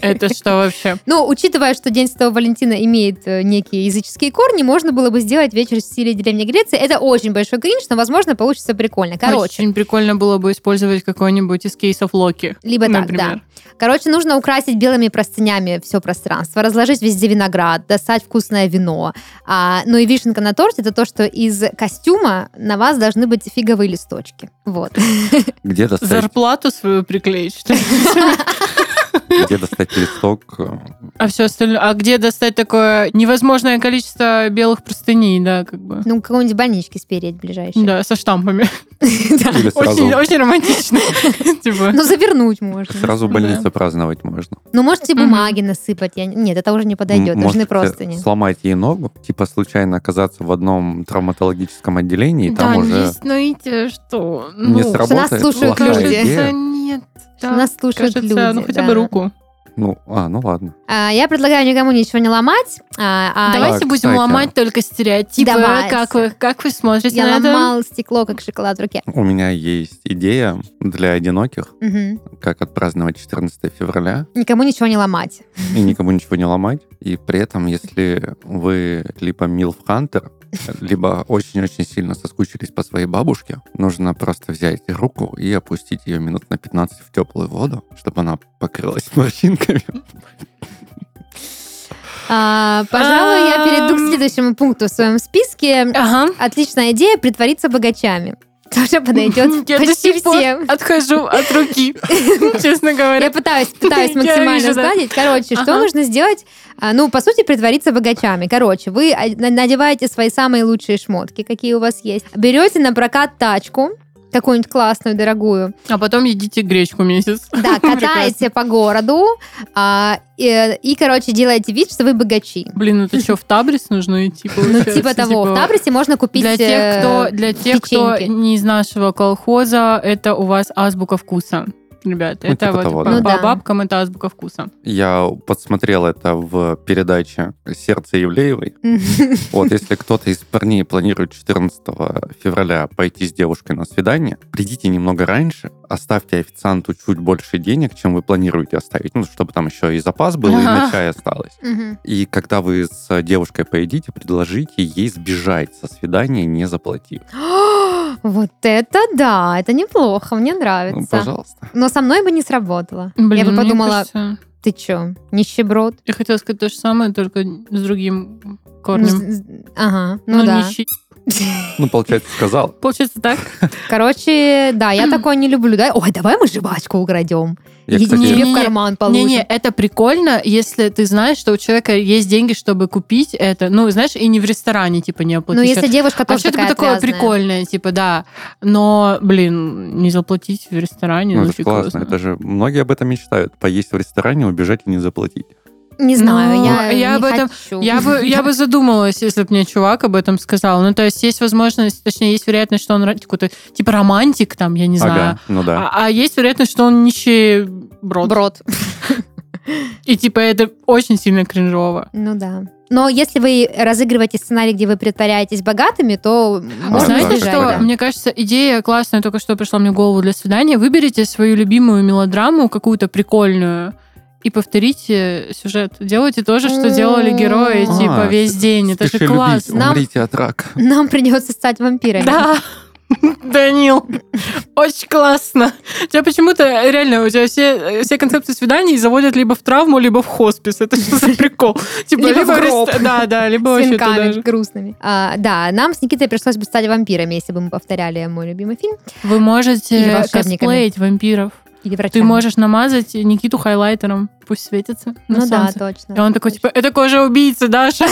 C: Это что вообще?
A: Ну, учитывая, что День Святого Валентина имеет э, некие языческие корни, можно было бы сделать вечер в стиле Древней Греции. Это очень большой кринж, но, возможно, получится прикольно. Короче,
C: Очень прикольно было бы использовать какой-нибудь из кейсов Локи.
A: Либо так,
C: например.
A: короче, нужно украсить белыми простынями все пространство, разложить везде виноград, достать вкусное вино. А, ну и вишенка на торте – это то, что из костюма на вас должны быть фиговые листочки. Вот.
B: Где достать,
C: Зарплату свою приклеить, что ли?
B: где достать листок? э,
C: А все остальное. А где достать такое невозможное количество белых простыней, да, как бы.
A: Ну, какой-нибудь больнички спереть ближайшие.
C: Да, со штампами.
A: Да.
B: Или
C: Очень,
B: сразу,
C: очень романтично. Типа.
A: Ну, завернуть можно.
B: сразу в больнице праздновать можно.
A: Ну, можете
C: Мгм.
A: бумаги насыпать. Я... не- Нет, это уже не подойдет.
B: М-
A: Должны
B: можете
A: простыни.
B: сломать ей ногу, типа случайно оказаться в одном травматологическом отделении, и там
C: Да,
B: уже...
C: есть, знаете, что?
B: Не
C: Ну,
A: нас
B: сработает.
A: слушают
B: плохая
A: люди.
B: идея.
C: Кажется, нет.
A: Нас слушают
C: Кажется,
A: люди,
C: Ну, хотя
A: да.
C: бы руку.
B: Ну, а, ну ладно.
A: А, я предлагаю никому ничего не ломать. а- а
C: Давайте
B: Так,
C: будем
B: кстати,
C: ломать только стереотипы.
A: Давайте.
C: Как вы, как вы смотрите
A: я
C: на это?
A: ломал стекло, как шоколад в руке.
B: У меня есть идея для одиноких,
A: Мгм.
B: как отпраздновать 14 февраля
A: Никому ничего не ломать.
B: и никому ничего не ломать. И при этом, если вы либо Милф Хантер, либо очень-очень сильно соскучились по своей бабушке, нужно просто взять руку и опустить ее минут на 15 в теплую воду, чтобы она покрылась морщинками.
A: А, пожалуй, я перейду к
C: Ам.
A: следующему пункту в своем списке.
C: Ага.
A: Отличная идея притвориться богачами. Тоже подойдет
C: Я до
A: почти
C: сих пор
A: всем.
C: отхожу от руки, честно
A: Я
C: говоря.
A: пытаюсь, пытаюсь
C: Я
A: максимально
C: вижу, да.
A: сгладить. Короче, что
C: Ага.
A: нужно сделать? А, Ну, по сути, притвориться богачами. Короче, вы а, на- надеваете свои самые лучшие шмотки, какие у вас есть. Берете на прокат тачку, какую-нибудь классную, дорогую.
C: А потом едите гречку месяц.
A: Да, катаете по городу. а, и, и, короче, делаете вид, что вы богачи.
C: Блин, это что, в Табрис нужно идти,
A: Ну,
C: получается?
A: типа того, в Табрисе можно купить...
C: Для
A: э,
C: тех, кто, для тех, кто
A: печеньки.
C: не из нашего колхоза, это у вас азбука вкуса. Ребята,
B: Ну,
C: это
B: типа
C: вот
B: того,
C: по,
A: да. Ну
C: по
A: да.
C: бабкам это азбука вкуса.
B: Я подсмотрел это в передаче «Сердце Евлеевой». Вот, если кто-то из парней планирует 14 февраля пойти с девушкой на свидание, придите немного раньше, оставьте официанту чуть больше денег, чем вы планируете оставить, ну, чтобы там еще и запас был, и на
C: Ага.
B: чай осталось.
A: Мгм.
B: И когда вы с девушкой поедите, предложите ей сбежать со свидания, не заплатив.
A: Вот это да, это неплохо, мне
B: Ну,
A: нравится.
B: пожалуйста.
A: Но со мной бы не сработало.
C: Блин, ну,
A: Я бы
C: мне
A: подумала,
C: кажется,
A: ты чё, нищеброд?
C: я хотела сказать то же самое, только с другим
A: Ну,
C: корнем.
A: з- з- Ага, ну
C: Но
A: да.
C: не щи-
B: Ну, получается, сказал.
C: Получается так?
A: Короче, да, я такое не люблю. Да? Ой, давай мы жвачку украдем.
B: Я,
A: и
B: кстати,
A: тебе в
C: Не-не-не,
A: карман положим.
C: Не-не, это прикольно, если ты знаешь, что у человека есть деньги, чтобы купить это. Ну, знаешь, и не в ресторане, типа, не
A: ну,
C: оплатить.
A: если девушка
C: А
A: тоже
C: что-то
A: такая
C: такое
A: отвязная.
C: прикольное, типа, да. Но, блин, не заплатить в ресторане,
B: ну,
C: ну,
B: это же
C: фиг
B: классно.
C: его
B: Это
C: знает.
B: же многие об этом мечтают. Поесть в ресторане, убежать и не заплатить.
A: Не знаю,
C: Ну,
A: я,
C: я
A: не
C: об этом-
A: хочу.
C: Я бы, я бы задумалась, если бы мне чувак об этом сказал. Ну, то есть есть возможность, точнее, есть вероятность, что он ра- какой-то, типа, романтик там, я не знаю.
B: Ага, ну да.
C: А, а есть вероятность, что он нищеброд.
A: Брод.
C: И, типа, это очень сильно кринжово.
A: Ну да. Но если вы разыгрываете сценарий, где вы притворяетесь богатыми, то можно
C: Знаете,
B: как
A: избежать.
C: что,
B: вариант.
C: мне кажется, идея классная, только что пришла мне в голову для свидания. Выберите свою любимую мелодраму, какую-то прикольную, и повторите сюжет. Делайте то же, что делали герои,
A: А,
C: типа, весь день. Это же
B: Спеши любить,
C: классно.
A: Нам-
B: Умрите от рака.
A: Нам придется стать вампирами.
C: Да, Данил, очень классно. У тебя почему-то, реально, у тебя все, все концепции свиданий заводят либо в травму, либо в хоспис. Это что за прикол? Типа,
A: Либо в
C: в рес-
A: гроб.
C: Да, да, либо
A: с
C: вообще туда
A: венками
C: же.
A: грустными. А, да, нам с Никитой пришлось бы стать вампирами, если бы мы повторяли мой любимый фильм.
C: Вы
A: Или
C: можете
A: волшебниками.
C: косплеить вампиров.
A: Или
C: Ты
A: врачами.
C: можешь намазать Никиту хайлайтером. Пусть светится на
A: Ну да,
C: солнце.
A: точно.
C: И он такой, типа, это кожа убийцы, Даша.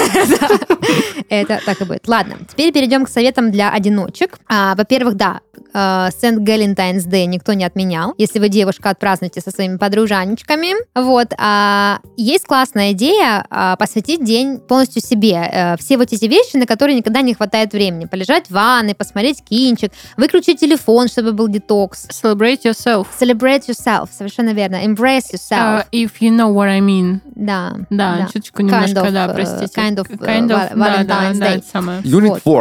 A: Это так и будет. Ладно, теперь перейдем к советам для одиночек. А, во-первых, да, Сент Галентайнс Дэй никто не отменял. Если вы девушка, отпразднуйте со своими подружанечками. Вот. а, есть классная идея а, посвятить день полностью себе. Э, все вот эти вещи, на которые никогда не хватает времени. Полежать в ванной, посмотреть кинчик, выключить телефон, чтобы был детокс.
C: Celebrate yourself.
A: Celebrate yourself, совершенно верно. Embrace yourself.
C: Uh, if you know what I mean.
A: да.
C: Да, чуточку немножко,
A: of,
C: да,
A: э,
C: простите.
A: kind of, э,
C: да, да, да,
A: Valentine's Day.
C: это самое.
A: Вот.
B: Unit 4,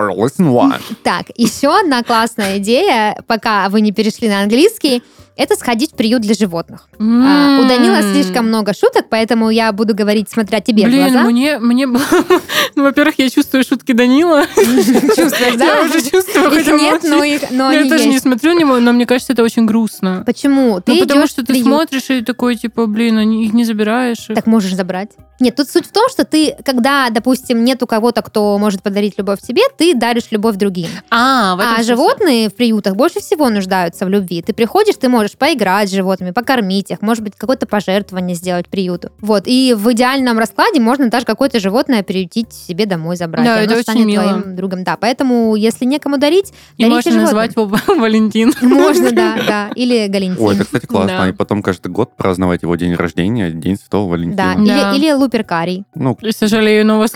B: lesson 1.
A: Так, еще одна классная идея, пока вы не перешли на английский, это сходить в приют для животных. А, У Данила
C: М.
A: слишком много шуток, поэтому я буду говорить, смотря тебе
C: Блин,
A: в глаза.
C: мне, мне было... Ну, во-первых, я чувствую шутки Данила.
A: Чувствуешь, да?
C: Я уже чувствую,
A: Их
C: хотя
A: нет,
C: молчи.
A: но, их, но
C: Ну,
A: они
C: Я тоже не
A: есть.
C: смотрю на него, но мне кажется, это очень грустно.
A: Почему? Ты
C: Ну, потому
A: идешь
C: что
A: в
C: ты
A: приют.
C: смотришь и такой, типа, блин, они- их не забираешь. их.
A: Так можешь забрать. Нет, тут суть в том, что ты, когда, допустим, нет у кого-то, кто может подарить любовь тебе, ты даришь любовь другим.
C: А, в этом
A: А
C: смысле.
A: животные в приютах больше всего нуждаются в любви. Ты приходишь, ты можешь поиграть с животными, покормить их, может быть, какое-то пожертвование сделать приюту. Вот. И в идеальном раскладе можно даже какое-то животное приютить себе домой забрать.
C: Да,
A: И оно
C: это очень
A: станет
C: мило.
A: твоим другом. Да, поэтому, если некому дарить,
C: И
A: дарите
C: можно назвать его Валентин.
A: Можно, да, да. Или Галентин.
B: Ой, это, кстати, классно.
C: Да.
B: И потом каждый год праздновать его день рождения, День Святого
A: Да,
B: Валентина.
C: Да.
A: Или, или луперкарий.
B: Ну,
C: И, сожалею, но у вас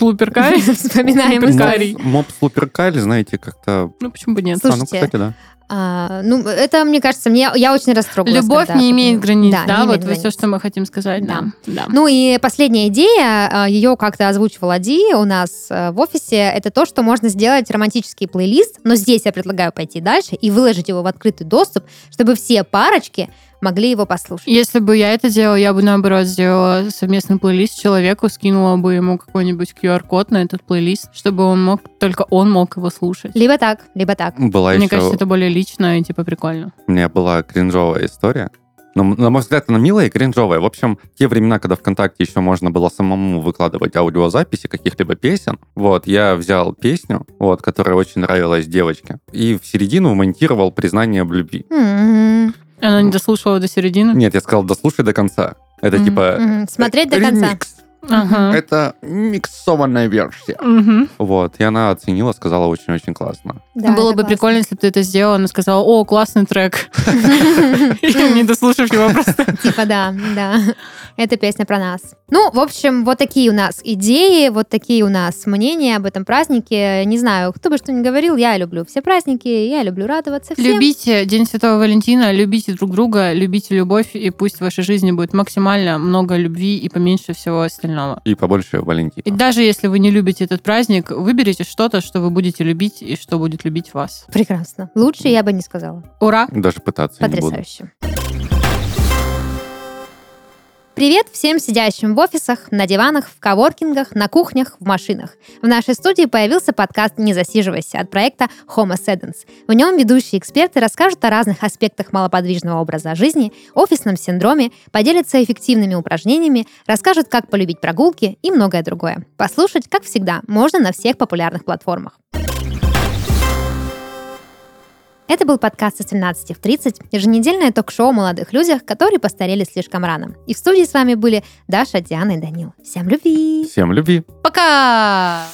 C: луперкарий.
A: Вспоминаем
C: Луперкарий.
A: историю.
C: Карий.
B: моб, мопс луперкали, знаете, как-то...
C: Ну, почему бы нет?
A: Слушай,
B: а, ну,
A: Слушайте,
B: кстати, да.
A: А, ну, это, мне кажется, мне, я очень растрогалась.
C: Любовь
A: когда-
C: не имеет границ, да,
A: Да, не
C: вот
A: имеет
C: вы все,
A: границ.
C: что мы хотим сказать, да. да.
A: Ну и последняя идея, э, ее как-то озвучивала Ди у нас э, в офисе, это то, что можно сделать романтический плейлист, но здесь я предлагаю пойти дальше и выложить его в открытый доступ, чтобы все парочки могли его послушать.
C: Если бы я это делала, я бы, наоборот, сделала совместный плейлист человеку, скинула бы ему какой-нибудь QR-код на этот плейлист, чтобы он мог, только он мог его слушать.
A: Либо так, либо так.
B: Была
C: Мне
B: еще...
C: кажется, это более лично и, типа, прикольно.
B: У меня была кринжовая история. Но, м- на мой взгляд, она милая и кринжовая. В общем, те времена, когда ВКонтакте еще можно было самому выкладывать аудиозаписи каких-либо песен, вот, я взял песню, вот, которая очень нравилась девочке, и в середину вмонтировал признание в любви.
A: М,
C: Она не дослушала до середины?
B: Нет, я сказал, дослушай до конца. Это
C: Мгм,
B: типа...
A: м, Смотреть до конца.
B: ремикс.
C: Ага.
B: Это миксованная версия.
C: Мгм.
B: Вот, и она оценила, сказала очень-очень классно.
A: Да, это
C: Было бы
A: классно.
C: прикольно, если бы ты это сделала, она сказала, о, классный трек, и не дослушав его просто.
A: Типа да, да. Это песня про нас. Ну, в общем, вот такие у нас идеи, вот такие у нас мнения об этом празднике. Не знаю, кто бы что ни говорил, я люблю все праздники, я люблю радоваться всем.
C: Любите День Святого Валентина, любите друг друга, любите любовь, и пусть в вашей жизни будет максимально много любви и поменьше всего остального.
B: И побольше
C: И
B: Валентина.
C: даже если вы не любите этот праздник, выберите что-то, что вы будете любить и что будет любить вас.
A: Прекрасно. Лучше я бы не сказала.
C: Ура!
B: Даже пытаться не буду.
A: Потрясающе. Привет всем сидящим в офисах, на диванах, в коворкингах, на кухнях, в машинах. В нашей студии появился подкаст «Не засиживайся» от проекта Homo Sedens. В нем ведущие эксперты расскажут о разных аспектах малоподвижного образа жизни, офисном синдроме, поделятся эффективными упражнениями, расскажут, как полюбить прогулки и многое другое. Послушать, как всегда, можно на всех популярных платформах. Это был подкаст со 17 в 30, еженедельное ток-шоу о молодых людях, которые постарели слишком рано. И в студии с вами были Даша, Диана и Данил. Всем любви!
B: Всем любви.
C: Пока!